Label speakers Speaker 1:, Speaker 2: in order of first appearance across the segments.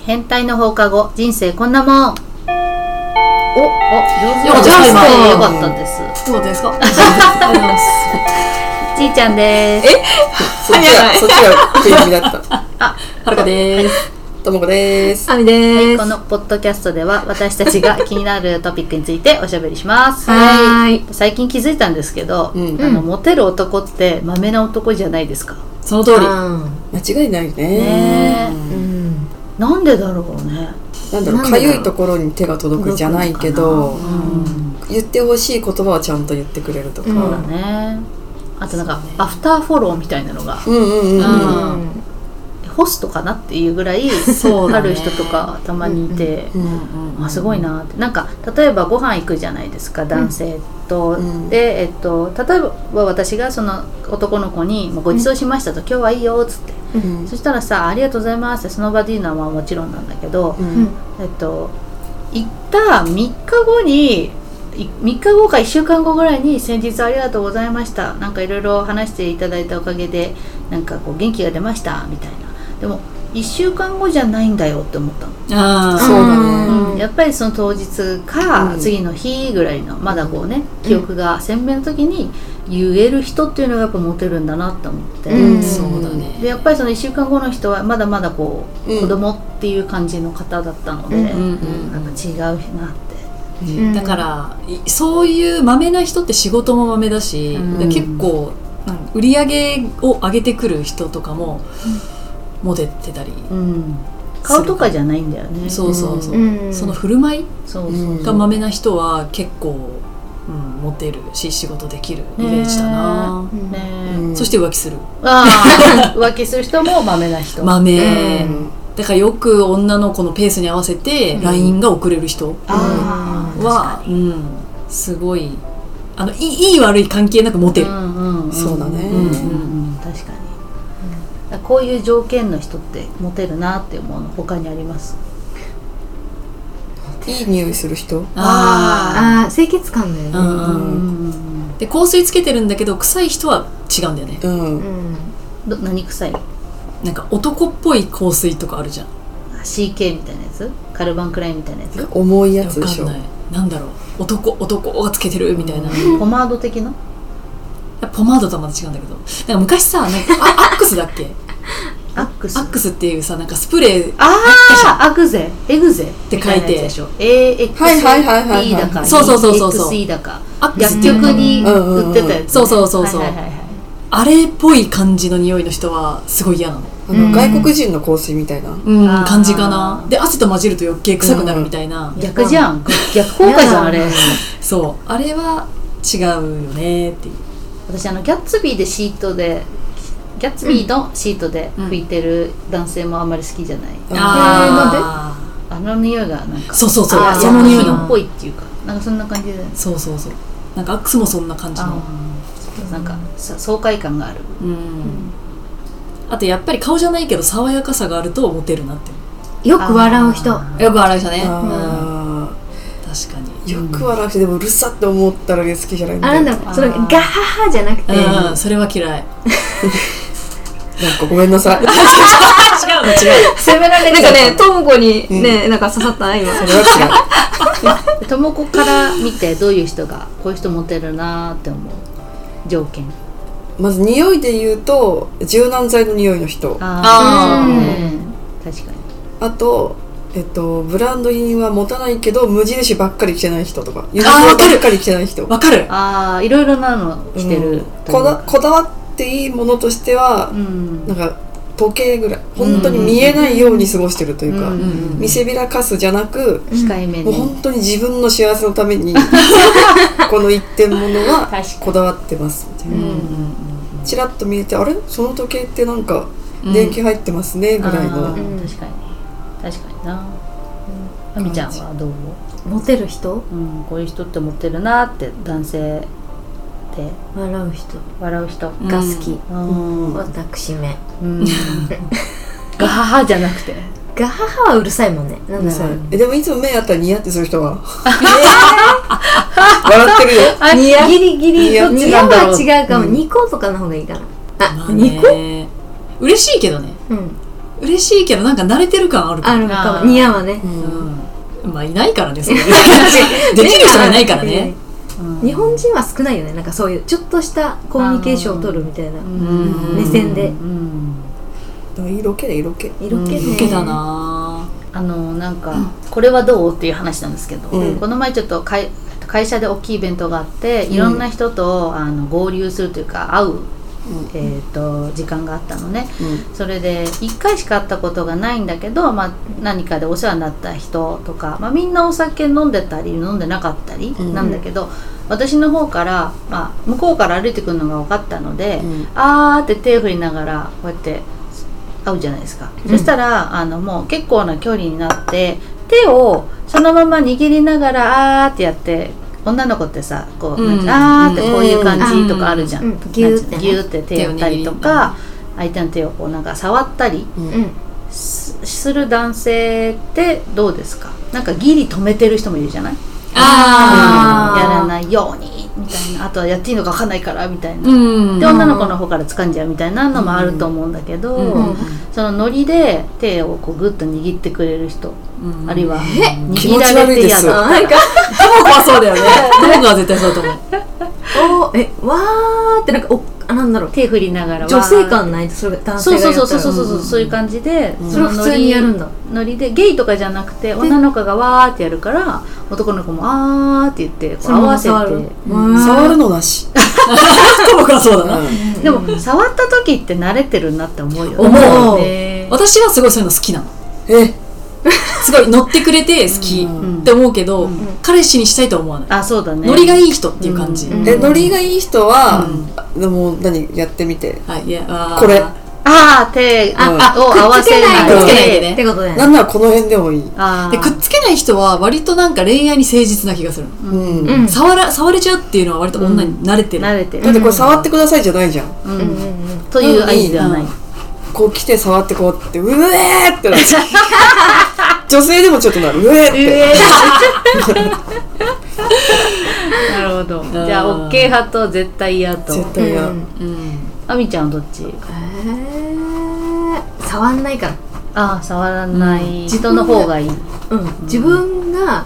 Speaker 1: 変態の放課後人生こんなもんおお上
Speaker 2: よ
Speaker 1: 手
Speaker 2: かった
Speaker 1: 上手
Speaker 2: 今
Speaker 1: でよかったです
Speaker 2: そうです か。ありがとうございます。
Speaker 1: ちいちゃんです
Speaker 3: そっちが、そっちが手指だった。
Speaker 2: はるかです。
Speaker 3: ともこです。
Speaker 2: あみで
Speaker 1: このポッドキャストでは私たちが気になるトピックについておしゃべりします
Speaker 2: はーい。
Speaker 1: 最近気づいたんですけど、
Speaker 3: うん
Speaker 1: あのモテる男ってマメな男じゃないですか
Speaker 2: その通り。
Speaker 3: 間違いない
Speaker 1: ね
Speaker 3: ね。
Speaker 2: うん。
Speaker 1: なんでだろうね
Speaker 3: なんだろう、
Speaker 2: なん
Speaker 3: か
Speaker 2: だろう
Speaker 3: ゆいところに手が届くじゃないけど、言ってほしい言葉はちゃんと言ってくれるとか。う
Speaker 2: うん
Speaker 1: そうだ
Speaker 3: ん
Speaker 1: ねあとなんか、アフターフォローみたいなのが
Speaker 3: うんうんうん。
Speaker 1: んホストかなっていうぐらい
Speaker 2: そうだ
Speaker 1: あ
Speaker 2: ね
Speaker 1: る人とかたまにいて、
Speaker 3: うん
Speaker 1: あすごいなってなんか例えばご飯行くじゃないですか男性と、
Speaker 3: うん
Speaker 1: で、えっと、例えば私がその男の子に「もうごちそうしました」と「今日はいいよ」っつって、
Speaker 3: うん
Speaker 1: そしたらさ「ありがとうございます」ってその場で言うのはまあもちろんなんだけど、
Speaker 3: う
Speaker 2: うん
Speaker 3: ん。
Speaker 1: えっと行った3日後にい3日後か1週間後ぐらいに先日ありがとうございましたなんかいろいろ話していただいたおかげでなんかこう元気が出ましたみたいなでも1週間後じゃないんだよって思ったの、
Speaker 2: あ
Speaker 3: そうだね。
Speaker 2: うん
Speaker 1: やっぱりその当日か
Speaker 3: うん
Speaker 1: 次の日ぐらいのまだこうね記憶が鮮明の時に言える人っていうのがやっぱモテるんだなって思って、
Speaker 2: うん
Speaker 3: そうだね。
Speaker 1: でやっぱりその1週間後の人はまだまだこう、
Speaker 3: うん
Speaker 1: 子供っていう感じの方だったので、
Speaker 2: あ。うんうん。
Speaker 1: なんか違うなって、
Speaker 3: うん
Speaker 2: だからいそういうマメな人って仕事もマメだし、
Speaker 1: うん
Speaker 2: で結構なん売り上げを上げてくる人とかもモテてたり、
Speaker 1: うん、顔とかじゃないんだよね
Speaker 2: そうそうそう、
Speaker 4: うん
Speaker 2: その振る舞い
Speaker 1: そうそう、
Speaker 3: うん
Speaker 2: がマメな人は結構、うん、モテるし仕事できるイメージだな、
Speaker 4: うん
Speaker 1: ねえ、
Speaker 3: うん
Speaker 2: そして浮気する
Speaker 1: ああ浮気する人もマメな人
Speaker 2: マメ、
Speaker 3: うん
Speaker 2: だからよく女の子のペースに合わせて LINE が送れる人
Speaker 1: ああ
Speaker 2: は、うん、すごいあのいいいい悪い関係なくモテる、
Speaker 1: うんうんうん
Speaker 3: そうだね
Speaker 1: うんうんうん確かに、だからこういう条件の人ってモテるなって思うの他にあります
Speaker 3: いい匂いする人
Speaker 2: あ
Speaker 4: ああ、清潔感だよ
Speaker 2: あ、う
Speaker 4: ね。
Speaker 2: んうん
Speaker 1: ん
Speaker 2: で香水つけてるんだけど臭い人は違うんだよね
Speaker 3: うん。
Speaker 4: うん。
Speaker 1: ど何臭い
Speaker 2: なんか男っぽい香水とかあるじゃん
Speaker 1: CK みたいなやつカルバンクラインみたいなやつ
Speaker 3: 重いや
Speaker 2: わ
Speaker 3: つでし
Speaker 2: かん
Speaker 3: ょ。
Speaker 2: ないなんだろう男男がつけてるみたいな、
Speaker 1: ポマード的な
Speaker 2: ポマードとはまた違うんだけどなんか昔さなんかあアックスだっけ
Speaker 1: アックス
Speaker 2: アックスっていうさなんかスプレー
Speaker 1: ああアグゼエグゼって
Speaker 2: 書いて
Speaker 1: でしょ AXE
Speaker 3: はいはいはいはいはい
Speaker 1: だか
Speaker 2: そうそうそうそうそう
Speaker 1: XE だか
Speaker 2: アック
Speaker 1: 薬
Speaker 2: スっていう
Speaker 1: 局
Speaker 2: の
Speaker 1: に
Speaker 3: うんうんうん
Speaker 1: 売ってたやつね
Speaker 2: そうそうそうそう
Speaker 1: はいはいはいはい
Speaker 2: あれっぽい感じの匂いの人はすごい嫌なの
Speaker 3: あの外国人の香水みたいな。
Speaker 2: うん
Speaker 1: あー
Speaker 2: 感じかなで汗と混じると余計臭くなるみたいな、
Speaker 1: 逆じゃん逆効果じゃんあ れ
Speaker 2: そうあれは違うよねっていう
Speaker 1: 私あのギャッツビーでシートでギャッツビーのシートで拭いてる男性もあんまり好きじゃない、
Speaker 2: あー
Speaker 1: あの匂いがなんか
Speaker 2: そうそうそう
Speaker 1: あー
Speaker 2: その匂
Speaker 1: 薬
Speaker 2: いな
Speaker 1: 品
Speaker 2: の
Speaker 1: っぽいっていうかなんかそんな感じで
Speaker 2: そうそうそうなんかアックスもそんな感じの
Speaker 1: なんかさ爽快感がある
Speaker 2: うんあとやっぱり顔じゃないけど爽やかさがあるとモテるなって
Speaker 4: よく笑う人。
Speaker 2: よく笑う人ねうん
Speaker 3: あ
Speaker 2: 確か
Speaker 3: ー
Speaker 2: に
Speaker 3: よく笑う人でもうるさって思ったら好きじゃないんだ
Speaker 4: あ、
Speaker 3: よ
Speaker 4: なんだろう、その
Speaker 1: あー
Speaker 4: ガハハじゃなくて、
Speaker 2: うん、それは嫌い。違う
Speaker 3: なんかごめんな さい。
Speaker 2: の違う。
Speaker 4: 攻められる。なんかね、トモコにね、なんか刺さったな、今。
Speaker 3: それは
Speaker 1: ともこから見てどういう人がこういう人モテるなーって思う条件
Speaker 3: 違う。まず匂いで言うと、柔軟剤の匂いの人。
Speaker 2: あ
Speaker 4: ー
Speaker 1: うん確かに
Speaker 3: あと、えっと、ブランド品は持たないけど無印ばっかり着てない人とかユニク
Speaker 2: わ
Speaker 3: ロ
Speaker 2: かる
Speaker 3: ばっかり着てない人
Speaker 2: わかる。
Speaker 1: ああいろいろなの着て
Speaker 3: う
Speaker 1: る
Speaker 3: んこだこだわっていいものとしては
Speaker 1: う、ん
Speaker 3: なんか時計ぐらい本当に見えないように過ごしてるというか、
Speaker 1: うん
Speaker 2: うん
Speaker 3: 見せびらかすじゃなく、
Speaker 1: 控えめ
Speaker 3: もう
Speaker 1: に
Speaker 3: 本当に自分の幸せのため にこの一点ものは
Speaker 1: 確かに
Speaker 3: こだわってますみたいな
Speaker 2: うん
Speaker 3: チラッと見えてあれその時計ってなんか
Speaker 2: うん
Speaker 3: 電気入ってますねぐらい
Speaker 1: あー確
Speaker 3: の、
Speaker 1: かに確かになあみちゃんはどう思
Speaker 4: モテる人
Speaker 1: う、うん、こういう人ってモテるなーって男性って
Speaker 4: 笑う人
Speaker 1: 笑う人
Speaker 2: うん
Speaker 4: が好き。
Speaker 1: うん、うん
Speaker 4: 私め。
Speaker 1: ガハハじゃなくて
Speaker 4: ガハハはうるさいもんね。なんだ
Speaker 3: そ
Speaker 4: ろ
Speaker 3: う
Speaker 4: う。
Speaker 3: えでもいつも目あったらニヤってする人は笑ってるよ
Speaker 1: あ
Speaker 4: ギリギリ。
Speaker 3: 似合
Speaker 1: う
Speaker 4: 似合う
Speaker 1: どっち
Speaker 4: は違うかも。ニコとかの方がいいかな。あ、
Speaker 2: まあ
Speaker 4: ニコ
Speaker 2: ね。嬉しいけどね。
Speaker 4: うん。
Speaker 2: 嬉しいけどなんか慣れてる感あるか
Speaker 4: あ
Speaker 2: ら、
Speaker 4: るかも。似合うわね。
Speaker 2: うん、まあいないからねそ れできる人はいないからね。
Speaker 1: うん
Speaker 4: 日本人は少ないよね。なんかそういう、ちょっとしたコミュニケーションを取るみたいな。
Speaker 1: うん
Speaker 4: 目線で
Speaker 1: うん
Speaker 3: でも色気で色気。
Speaker 4: 色気ね。
Speaker 2: 受けだな
Speaker 1: あのなんか、これはどうっていう話なんですけど、
Speaker 3: うん
Speaker 1: この前ちょっと会会社で大きいイベントがあっていろんな人と、あの合流するというか会う、えー、と時間があったのねそれで1回しか会ったことがないんだけど、まあ、何かでお世話になった人とか、まあ、みんなお酒飲んでたり飲んでなかったり
Speaker 3: うん
Speaker 1: なんだけど、私の方から、まあ、向こうから歩いてくるのが分かったので、
Speaker 3: うん
Speaker 1: あーって手振りながらこうやって会うじゃないですか、そしたらあのもう結構な距離になって手をそのまま握りながらあーってやって女の子ってさこう、
Speaker 2: うん
Speaker 1: あーってこういう感じとかあるじゃん、
Speaker 4: うんうんギューってね
Speaker 1: ギューって手をやったりとか相手の手をこうなんか触ったり
Speaker 3: うん
Speaker 4: うん。
Speaker 1: すする男性ってどうですかなんかギリ止めてる人もいるじゃない
Speaker 2: あ
Speaker 1: や
Speaker 4: ー
Speaker 1: らないようにみたいなあとはやっていいのか分かんないからみたいな、
Speaker 2: ーうん
Speaker 1: で女の子の方から掴んじゃうみたいなのもあると思うんだけど、
Speaker 2: うん
Speaker 1: そのノリで手をこうグッと握ってくれる人、
Speaker 2: うん
Speaker 1: あるいは
Speaker 3: 気
Speaker 1: 握
Speaker 3: 持ち
Speaker 1: られ
Speaker 3: 悪い
Speaker 1: て
Speaker 3: で
Speaker 1: や
Speaker 3: す
Speaker 1: だ
Speaker 4: なんか、
Speaker 2: トモコはそう だよねトモコは絶対そうだと思う
Speaker 4: おーえ、わーってなんか、お、あなんだろう。
Speaker 1: 手振りながら
Speaker 4: 女性感ないと、それが男性
Speaker 1: そ
Speaker 4: が
Speaker 1: う
Speaker 4: やった
Speaker 1: そう
Speaker 4: ら。
Speaker 1: そうそうそうそうそういう感じで、
Speaker 3: うん
Speaker 4: それは普通にやるんだ。
Speaker 1: ノリでゲイとかじゃなくて女の子がわーってやるから男の子もあーって言ってこう
Speaker 4: その
Speaker 1: 合
Speaker 4: ま
Speaker 1: わ
Speaker 4: ま
Speaker 1: せ
Speaker 4: 触る
Speaker 1: て。
Speaker 2: うん
Speaker 3: 触るの なし。
Speaker 2: トモコはそうだな、
Speaker 1: でも触った時って慣れてるなって思うよね
Speaker 2: 思う
Speaker 1: ね
Speaker 2: 私はすごいそういうの好きなの
Speaker 3: え、
Speaker 2: すごい乗ってくれて好き
Speaker 1: うん
Speaker 2: って思うけど、
Speaker 1: うん
Speaker 2: 彼氏にしたいとは思わない、
Speaker 1: あそうだね
Speaker 2: ノリがいい人っていう感じ、
Speaker 1: うん
Speaker 3: え、ノリがいい人は、でも何やってみて。
Speaker 2: はいいやあー
Speaker 3: これ
Speaker 1: あー手を
Speaker 3: あ
Speaker 1: 合わせない
Speaker 4: くっつけ
Speaker 2: ないで
Speaker 4: っ
Speaker 2: ね
Speaker 4: てことだよ
Speaker 3: な
Speaker 4: ね。
Speaker 3: んならこの辺でもいい。
Speaker 1: あー
Speaker 2: でくっつけない人は割となんか恋愛に誠実な気がする、
Speaker 3: う
Speaker 1: うん
Speaker 3: ん。
Speaker 4: う
Speaker 3: だ
Speaker 4: ん。
Speaker 2: 触ら触れちゃうっていうのは割と女に慣れてる、
Speaker 1: 慣れて
Speaker 4: うん
Speaker 1: る
Speaker 3: ってこれ触ってくださいじゃないじゃん。
Speaker 1: う
Speaker 4: うんんうんうん。
Speaker 1: という合図ではない
Speaker 2: うん
Speaker 3: こう来て触ってこうやって、うえーってなっちゃう。女性でもちょっとなる。うえーって。
Speaker 1: えー なるほどじゃあ
Speaker 2: うん
Speaker 1: OK 派と絶対嫌と
Speaker 3: 絶対や。
Speaker 4: う
Speaker 2: う
Speaker 4: ん
Speaker 2: ん
Speaker 1: あみちゃんはどっち
Speaker 4: えー触んないから。
Speaker 1: あー触らない人の方がいい
Speaker 4: うん、自分が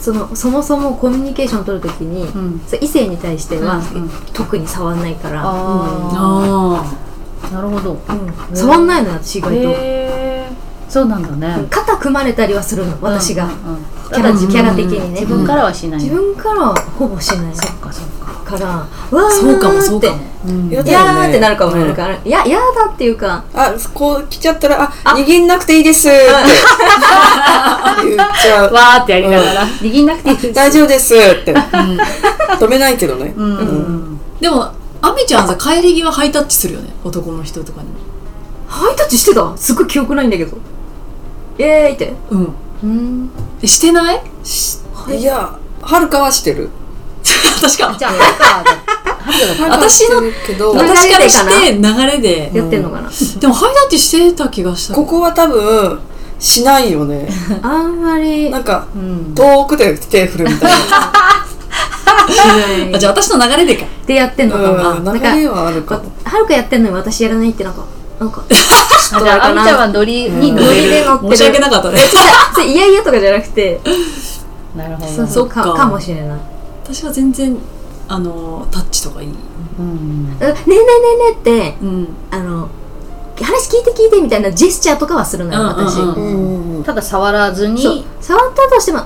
Speaker 4: そのそもそもコミュニケーションを取るときに、
Speaker 1: うん
Speaker 4: そう異性に対しては、
Speaker 1: うんうん
Speaker 4: 特に触んないから、
Speaker 1: あ
Speaker 2: あ
Speaker 1: あなるほど
Speaker 4: うん触んないのよ私意外と、
Speaker 1: へえそうなんだね
Speaker 4: 肩組まれたりはするの私が、
Speaker 1: うんうん
Speaker 4: キャラキャラ的にね、
Speaker 1: 自分からはしない
Speaker 4: 自分からはほぼしない
Speaker 1: そっかそっか
Speaker 4: からわー
Speaker 2: あそうかもそう
Speaker 4: って
Speaker 2: かも
Speaker 1: うん
Speaker 3: やだよね
Speaker 4: いやーってなるかも、なんかあれいやいやーだっていうか
Speaker 3: あ、こう来ちゃったら、あ、握んなくていいですって言っちゃう。
Speaker 1: わーってやりながら握んなくていいです
Speaker 3: 大丈夫ですって。止めないけどね。
Speaker 1: うんうん
Speaker 2: でもアミちゃんさ帰り際ハイタッチするよね男の人とかにも
Speaker 4: ハイタッチしてたすごい記憶ないんだけどイエーイって
Speaker 2: うん
Speaker 1: うん
Speaker 2: えしてないし
Speaker 3: いや、はるかはしてる。
Speaker 2: 確か
Speaker 1: じゃあハルカだハルカだった
Speaker 2: 私の
Speaker 3: はるかはしてるけど、
Speaker 4: 流れで
Speaker 2: 私
Speaker 4: かな
Speaker 2: からして流れで
Speaker 4: やってんのかな、
Speaker 2: でもハイタッチしてた気がした
Speaker 3: ここは多分、しないよね。
Speaker 4: あんまり
Speaker 3: なんか、
Speaker 1: うん
Speaker 3: 遠くで手振るみたい
Speaker 2: あじゃあ私の流れでか
Speaker 4: でや ってんのか
Speaker 3: な。
Speaker 4: も、
Speaker 3: うん、
Speaker 4: なん
Speaker 3: 流
Speaker 4: か
Speaker 3: れはあるかも。
Speaker 4: はるかやってんのに私やらないってなんかなん か
Speaker 1: あじゃああみちゃんはノリに
Speaker 3: うん
Speaker 1: 乗
Speaker 4: ノリ
Speaker 1: れ
Speaker 4: で
Speaker 1: る
Speaker 4: 乗ってる
Speaker 2: 申し訳なかったね
Speaker 4: それいやいやとかじゃなくて
Speaker 1: なるほ
Speaker 4: そう
Speaker 2: そ
Speaker 4: そうう
Speaker 2: か
Speaker 4: かかもしれない
Speaker 2: 私は全然あのタッチとかいい
Speaker 1: うん
Speaker 4: えねえねえねえねえって
Speaker 2: うん
Speaker 4: あの話聞いて聞いてみたいなジェスチャーとかはするのよ
Speaker 2: うんうんうん
Speaker 4: 私、
Speaker 2: うん
Speaker 3: うんうん。
Speaker 1: ただ触らず
Speaker 4: そ
Speaker 1: に
Speaker 4: う触ったとしても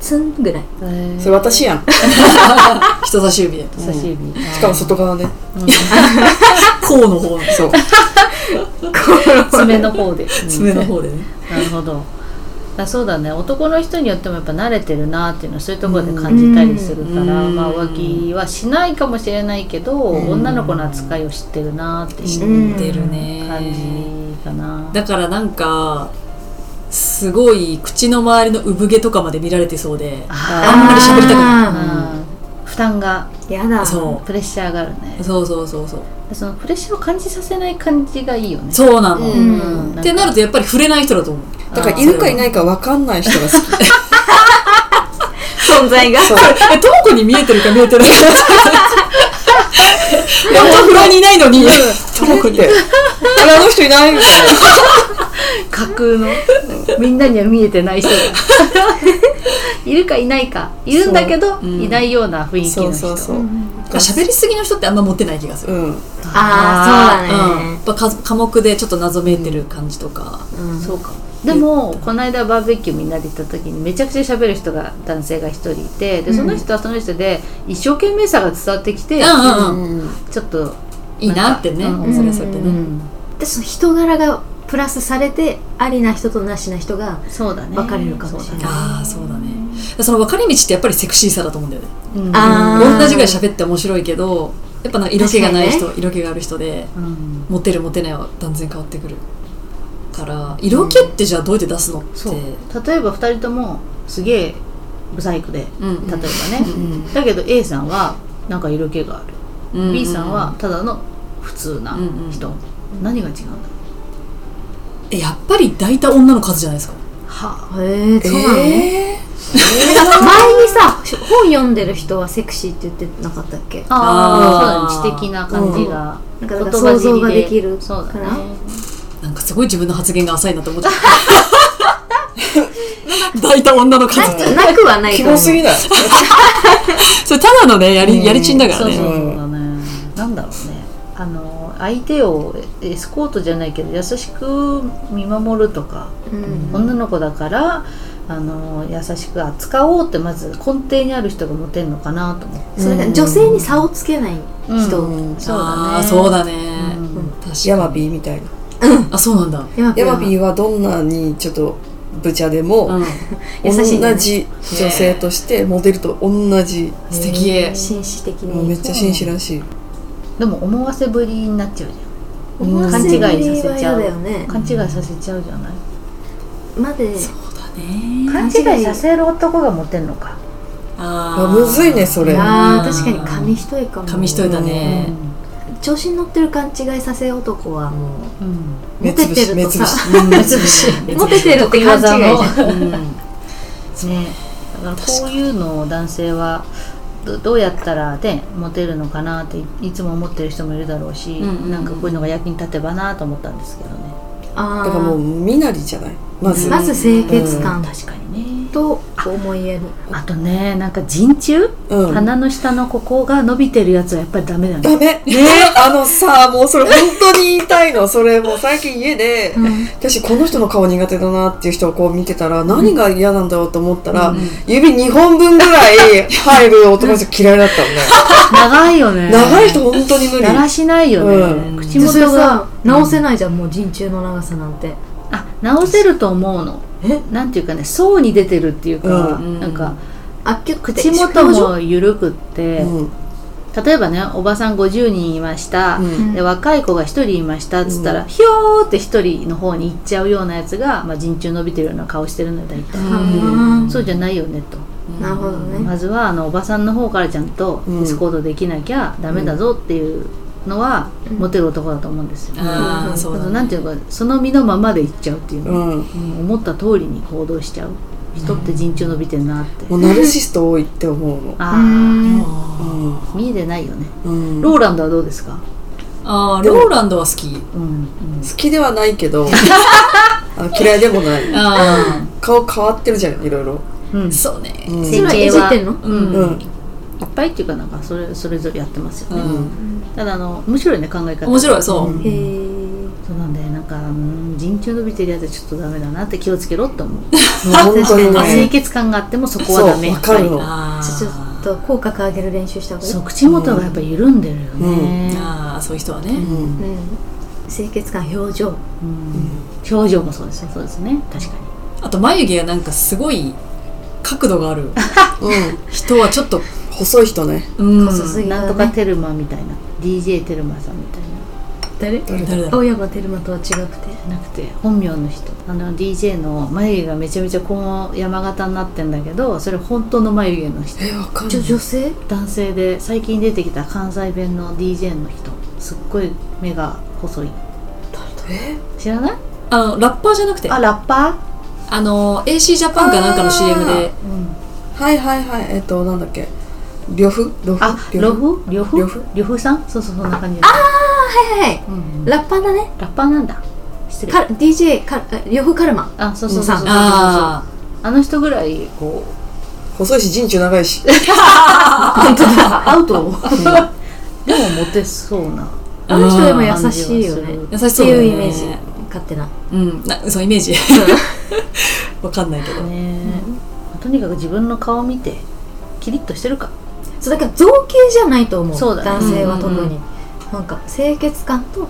Speaker 4: ツンぐらい
Speaker 1: へー
Speaker 3: それ私やん。
Speaker 2: 人差し指で
Speaker 1: 人差し指
Speaker 3: しかも外側ね。
Speaker 2: 甲の方の
Speaker 3: そう。
Speaker 1: 爪の方で
Speaker 2: 爪の方でね
Speaker 1: なるほどだそうだね男の人によってもやっぱ慣れてるなっていうのはそういうところで感じたりするから、
Speaker 2: うん
Speaker 1: まあ、浮気はしないかもしれないけど、
Speaker 3: ん
Speaker 1: 女の子の扱いを知ってるなって
Speaker 2: 知
Speaker 1: いう
Speaker 2: ってるね
Speaker 1: 感じかな、
Speaker 2: だからなんかすごい口の周りの産毛とかまで見られてそうで
Speaker 1: あ
Speaker 2: あんまり喋りたくな
Speaker 1: ーう
Speaker 2: い
Speaker 4: い
Speaker 1: ん負担が
Speaker 4: やだ
Speaker 2: そ
Speaker 1: プレッシャーがあるね
Speaker 2: うそうそうそうそう
Speaker 1: そのプレッシャーを感じさせない感じがいいよね
Speaker 2: そうなの、
Speaker 3: うん
Speaker 2: ってなるとやっぱり触れない人だと思う
Speaker 3: だから、いるかいないか分かんない人が好き。
Speaker 4: 存在が
Speaker 3: そう。
Speaker 2: え、ともこに見えてるか見えてないか
Speaker 3: いや、本当にいないのに、 ト
Speaker 2: モコ
Speaker 3: に。あれ、あの人いないみたいな。
Speaker 1: 架空のみんなには見えてない人がいるかいないかいるんだけど、
Speaker 2: そううん
Speaker 1: いないような雰囲気
Speaker 3: そ
Speaker 1: の人
Speaker 3: うそうそうう。
Speaker 4: ん
Speaker 2: 喋りすぎの人ってあんま持ってない気がする、
Speaker 3: うん。
Speaker 4: ああそうだ
Speaker 2: うん、や
Speaker 4: ね
Speaker 2: っぱか科目でちょっと謎めいてる感じとか、
Speaker 4: うん
Speaker 1: そうかでもこの間バーベキューみんなで行った時にめちゃくちゃ喋る人が男性が一人いてでその人はその人で一生懸命さが伝わってきて、
Speaker 2: うんうんうん
Speaker 3: うん。
Speaker 1: ちょっと、
Speaker 2: いいなってね、
Speaker 1: なんか
Speaker 4: うん
Speaker 2: それはそれで
Speaker 1: う
Speaker 2: ね、
Speaker 1: ん、
Speaker 4: でその人柄がプラスされてありな人となしな人が
Speaker 1: そうだね
Speaker 4: 分かれるかもしれない
Speaker 2: ああそうだねその分かれ道ってやっぱりセクシーさだと思うんだよね
Speaker 1: そうだねうん
Speaker 4: あー
Speaker 2: 同じぐらい喋って面白いけどやっぱなんか色気がない人、色気がある人で
Speaker 1: うん
Speaker 2: モテるモテないは断然変わってくるから色気ってじゃあどうやって出すのって、
Speaker 1: そう例えば2人ともすげえブサイクで
Speaker 2: うん
Speaker 1: 例えばね、だけど A さんはなんか色気がある、
Speaker 2: うん
Speaker 1: B さんはただの普通な人、何が違うんだろ
Speaker 2: えやっぱり抱いた女の数じゃないですか
Speaker 1: うは
Speaker 4: へえそうなの、
Speaker 3: え
Speaker 4: 前にさ本読んでる人はセクシーって言ってなかったっけ
Speaker 1: ああ
Speaker 2: あー
Speaker 1: ーそうだね知的な感じが、
Speaker 4: なんかだから
Speaker 1: 言葉
Speaker 4: 想
Speaker 1: 尻で
Speaker 4: 像ができる
Speaker 1: そうだ
Speaker 4: か
Speaker 1: ね
Speaker 4: ら
Speaker 2: なんかすごい自分の発言が浅いなと思って抱いた女の数って
Speaker 4: なくはな
Speaker 3: ー
Speaker 4: い
Speaker 3: キ
Speaker 4: と思
Speaker 3: モ
Speaker 4: う
Speaker 3: すぎない。
Speaker 2: それただのねやり,、やりちんだから
Speaker 1: そう
Speaker 2: ね
Speaker 1: そうそうだね、なんだろうねあの相手をエスコートじゃないけど優しく見守るとか、
Speaker 4: うん
Speaker 1: 女の子だからあの優しく扱おうってまず根底にある人がモテるのかなと思って、
Speaker 4: それが女性に差をつけない人、
Speaker 3: うん
Speaker 1: そうだ
Speaker 2: あ
Speaker 1: ね
Speaker 2: ーそうだね、
Speaker 1: うん
Speaker 2: 確かに
Speaker 3: ヤマビーみたいな。
Speaker 2: あそうなんだ、
Speaker 4: やっぱ
Speaker 3: ヤマビーはどんなにちょっと、ブチャでも、
Speaker 2: うん、
Speaker 4: 優しいね
Speaker 3: 同じ女性としてモデルと同じ、
Speaker 2: 素敵へ
Speaker 4: 紳士的
Speaker 3: もうめ
Speaker 4: に
Speaker 3: っちゃ紳士らしい
Speaker 1: でも思わせぶりになっちゃうじ
Speaker 4: 思わせぶりは嫌だよね
Speaker 1: ゃん勘違いさせちゃうじゃない、
Speaker 4: まで
Speaker 2: そうだね
Speaker 1: 勘違いさせる男がモテるのか
Speaker 2: あ
Speaker 3: あ
Speaker 2: ー
Speaker 3: むずいねそれ
Speaker 4: あー確かに紙一重かも
Speaker 2: 紙一重だね、
Speaker 4: 調子に乗ってる勘違いさせ男はもう
Speaker 1: うん、うん
Speaker 4: モテてるとさ
Speaker 2: 目つぶし
Speaker 4: モテてるって勘違いじゃん
Speaker 2: うん
Speaker 1: ねだからこういうのを男性はどどうやったらねモテるのかなっていいつも思ってる人もいるだろうし、
Speaker 2: うんうんうん
Speaker 1: なんかこういうのが役に立てばなと思ったんですけどね
Speaker 4: あ
Speaker 3: だ
Speaker 4: ー
Speaker 3: からもう身なりじゃないまず、
Speaker 4: まず清潔感
Speaker 1: 確かにね
Speaker 4: と思いやる
Speaker 1: あとねなんか陣中、
Speaker 3: うん
Speaker 1: 鼻の下のここが伸びてるやつはやっぱりダメだね
Speaker 3: ダメね あのさもうそれ本当に言いたいのそれもう最近家で、私この人の顔苦手だなっていう人をこう見てたら何が嫌なんだろうと思ったら、指2本分ぐらい 入る男の人嫌いだったのね
Speaker 1: 長いよね
Speaker 3: 長い人本当に無理
Speaker 1: だらしないよね、
Speaker 3: うん
Speaker 1: 口
Speaker 4: 地元
Speaker 1: 元が
Speaker 4: が直せないじゃんもう陣中の長さなんて
Speaker 1: あ直せると思うの
Speaker 4: え
Speaker 1: なんていうかね層に出てるっていうか、
Speaker 3: うん
Speaker 1: なんか
Speaker 4: あっきゅって
Speaker 1: 口元も緩くって、
Speaker 3: うん
Speaker 1: 例えばねおばさん50人いました、
Speaker 3: うん
Speaker 1: で若い子が1人いましたっつったら、
Speaker 3: う
Speaker 1: ひょーって1人の方に行っちゃうようなやつが、まあ、陣中伸びてるような顔してるのよ大体、
Speaker 4: うん
Speaker 1: そうじゃないよねと、
Speaker 4: なるほどね
Speaker 1: まずはあのおばさんの方からちゃんと
Speaker 3: うん
Speaker 1: エスコートできなきゃダメだぞっていうのは、
Speaker 4: うん
Speaker 1: モテる男だと思うんですよ、
Speaker 2: ああ
Speaker 1: そ
Speaker 2: そうだ
Speaker 1: の
Speaker 2: ね
Speaker 1: なんていうかその身のままで行っちゃうっていう
Speaker 3: う
Speaker 1: の、
Speaker 3: ん
Speaker 1: うん思った通りに行動しちゃう人って陣中伸びてるなって、
Speaker 3: もうナルシスト多いって思うの
Speaker 1: あ
Speaker 4: う
Speaker 1: あ
Speaker 4: ん
Speaker 3: うん
Speaker 1: 見えてないよね、
Speaker 3: うん
Speaker 1: ローランドはどうですか、
Speaker 2: ああローランドは好き
Speaker 1: うん
Speaker 3: 好きではないけ どあの嫌いでもない
Speaker 2: あ
Speaker 3: 顔変わってるじゃんいろいろ、
Speaker 1: うん
Speaker 2: あそうね
Speaker 3: うん
Speaker 1: 整
Speaker 4: 今
Speaker 1: 形
Speaker 4: いじ
Speaker 1: は
Speaker 4: ってんの
Speaker 2: う
Speaker 1: うん
Speaker 2: ん
Speaker 3: う
Speaker 2: うん
Speaker 3: ん
Speaker 1: いっぱいっていうかなんかそれそれぞれやってますよ
Speaker 2: う
Speaker 1: ね、
Speaker 2: ん
Speaker 1: ただあの面白いね考え方
Speaker 2: 面白いそううん
Speaker 4: へえ
Speaker 1: そうなんでなんかうん陣中伸びてるやつはちょっとダメだなって気をつけろって思う、
Speaker 3: もう本当に
Speaker 1: 清
Speaker 3: ね
Speaker 1: 潔感があってもそこはダメ
Speaker 3: そうわかる
Speaker 1: や
Speaker 3: の
Speaker 1: っぱ
Speaker 2: あ
Speaker 4: ちょっと口角上げる練習した方
Speaker 1: り
Speaker 4: がいい
Speaker 1: そう口元がやっぱ緩んでるよね、
Speaker 2: ああそういう人はね
Speaker 3: うん
Speaker 4: うん清潔感表情
Speaker 1: うん表情もそうですねそうですね確かに
Speaker 2: あと眉毛がなんかすごい角度がある
Speaker 3: うん
Speaker 2: 人はちょっと
Speaker 3: 細い人ね
Speaker 2: うん
Speaker 4: 細すぎだね
Speaker 1: なんとかテルマみたいな DJ テルマさんみたい
Speaker 4: 誰
Speaker 3: 誰だ
Speaker 2: 誰だろう
Speaker 4: 青山テルマとは違くて
Speaker 1: ななくて本名の人あの DJ の眉毛がめちゃめちゃこの山形になってんだけどそれ本当の眉毛の人
Speaker 3: えわかんな
Speaker 4: ちょ
Speaker 3: い
Speaker 4: 女性
Speaker 1: 男性で最近出てきた関西弁の DJ の人すっごい目が細い
Speaker 3: え
Speaker 1: 知らない
Speaker 2: あのラッパーじゃなくて
Speaker 1: あラッパ
Speaker 2: あの AC ジャパンかなんかの CM で
Speaker 1: ー、うん、
Speaker 3: はいはいはいえっとなんだっけ呂布呂布
Speaker 1: あ呂布呂布
Speaker 3: 呂布
Speaker 1: 呂布さんそうそうそんな感じああ、
Speaker 4: はいはい
Speaker 1: うんうんラ
Speaker 4: ラッパーだね
Speaker 1: ッパーなんだ失礼
Speaker 4: か DJ かあ呂布カルマ
Speaker 1: あそうそうそうそうそうそうあ
Speaker 2: あ
Speaker 1: の人ぐらいこう
Speaker 3: 細いし人中長いし
Speaker 1: アウト でもモテそうな
Speaker 4: あの人でも優しいよね
Speaker 2: あ優し
Speaker 4: って
Speaker 2: そうだ
Speaker 4: い
Speaker 2: ね
Speaker 4: うイメージ勝手な
Speaker 2: うんなそうイメージわかんないけど
Speaker 1: ねえとにかく自分の顔見てキリッとしてるか
Speaker 4: そうだから造形じゃないと思う
Speaker 1: そうだね
Speaker 4: 男性は特
Speaker 2: うんうん
Speaker 4: に、なんか清潔感と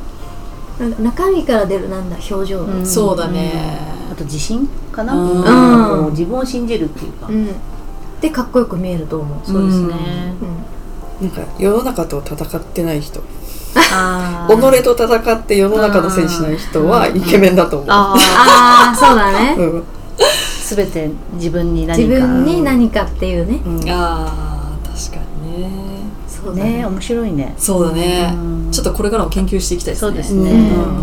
Speaker 4: なんか中身から出るなんだ表情の
Speaker 1: うん
Speaker 2: そうだね
Speaker 1: あと自信かな
Speaker 2: うん
Speaker 1: なんかこう自分を信じるっていうか
Speaker 4: うん、でかっこよく見えると思
Speaker 1: そうですね
Speaker 4: う、う
Speaker 3: な
Speaker 4: ん、
Speaker 3: んか世の中と戦ってない人
Speaker 1: あ ー
Speaker 3: 己と戦って世の中のせいにしない人はイケメンだと思う、
Speaker 1: あー
Speaker 4: ああそうだね
Speaker 3: うん、
Speaker 1: 全て自分に何
Speaker 4: 自
Speaker 1: か
Speaker 4: 分に何かっていうね
Speaker 3: うん
Speaker 2: あー確かにね
Speaker 4: そうだね
Speaker 1: ね面白いね
Speaker 2: そうだね
Speaker 1: うん
Speaker 2: ちょっとこれからも研究していきたいですね
Speaker 1: そうですね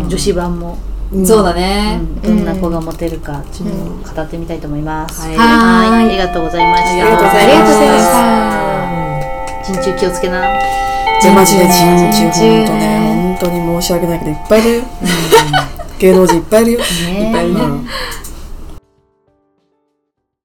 Speaker 4: うん
Speaker 1: 女子版も
Speaker 3: うん
Speaker 2: そうだ
Speaker 1: う
Speaker 2: ね
Speaker 1: んどんな子がモテるかちょっと語ってみたいと思います
Speaker 2: はい
Speaker 1: は
Speaker 4: はい
Speaker 1: いありがとうございました
Speaker 2: ありがとうござ
Speaker 4: あ
Speaker 2: い
Speaker 4: り
Speaker 2: ま
Speaker 4: がとう
Speaker 2: す
Speaker 4: ございま
Speaker 1: 人
Speaker 4: した
Speaker 1: 中気をつけな
Speaker 3: じゃあマジで人中
Speaker 4: 人中
Speaker 3: ほんとね本当に申し訳ないけどいっぱいいるよ芸能人いっぱいいるよ、
Speaker 1: ね
Speaker 3: うん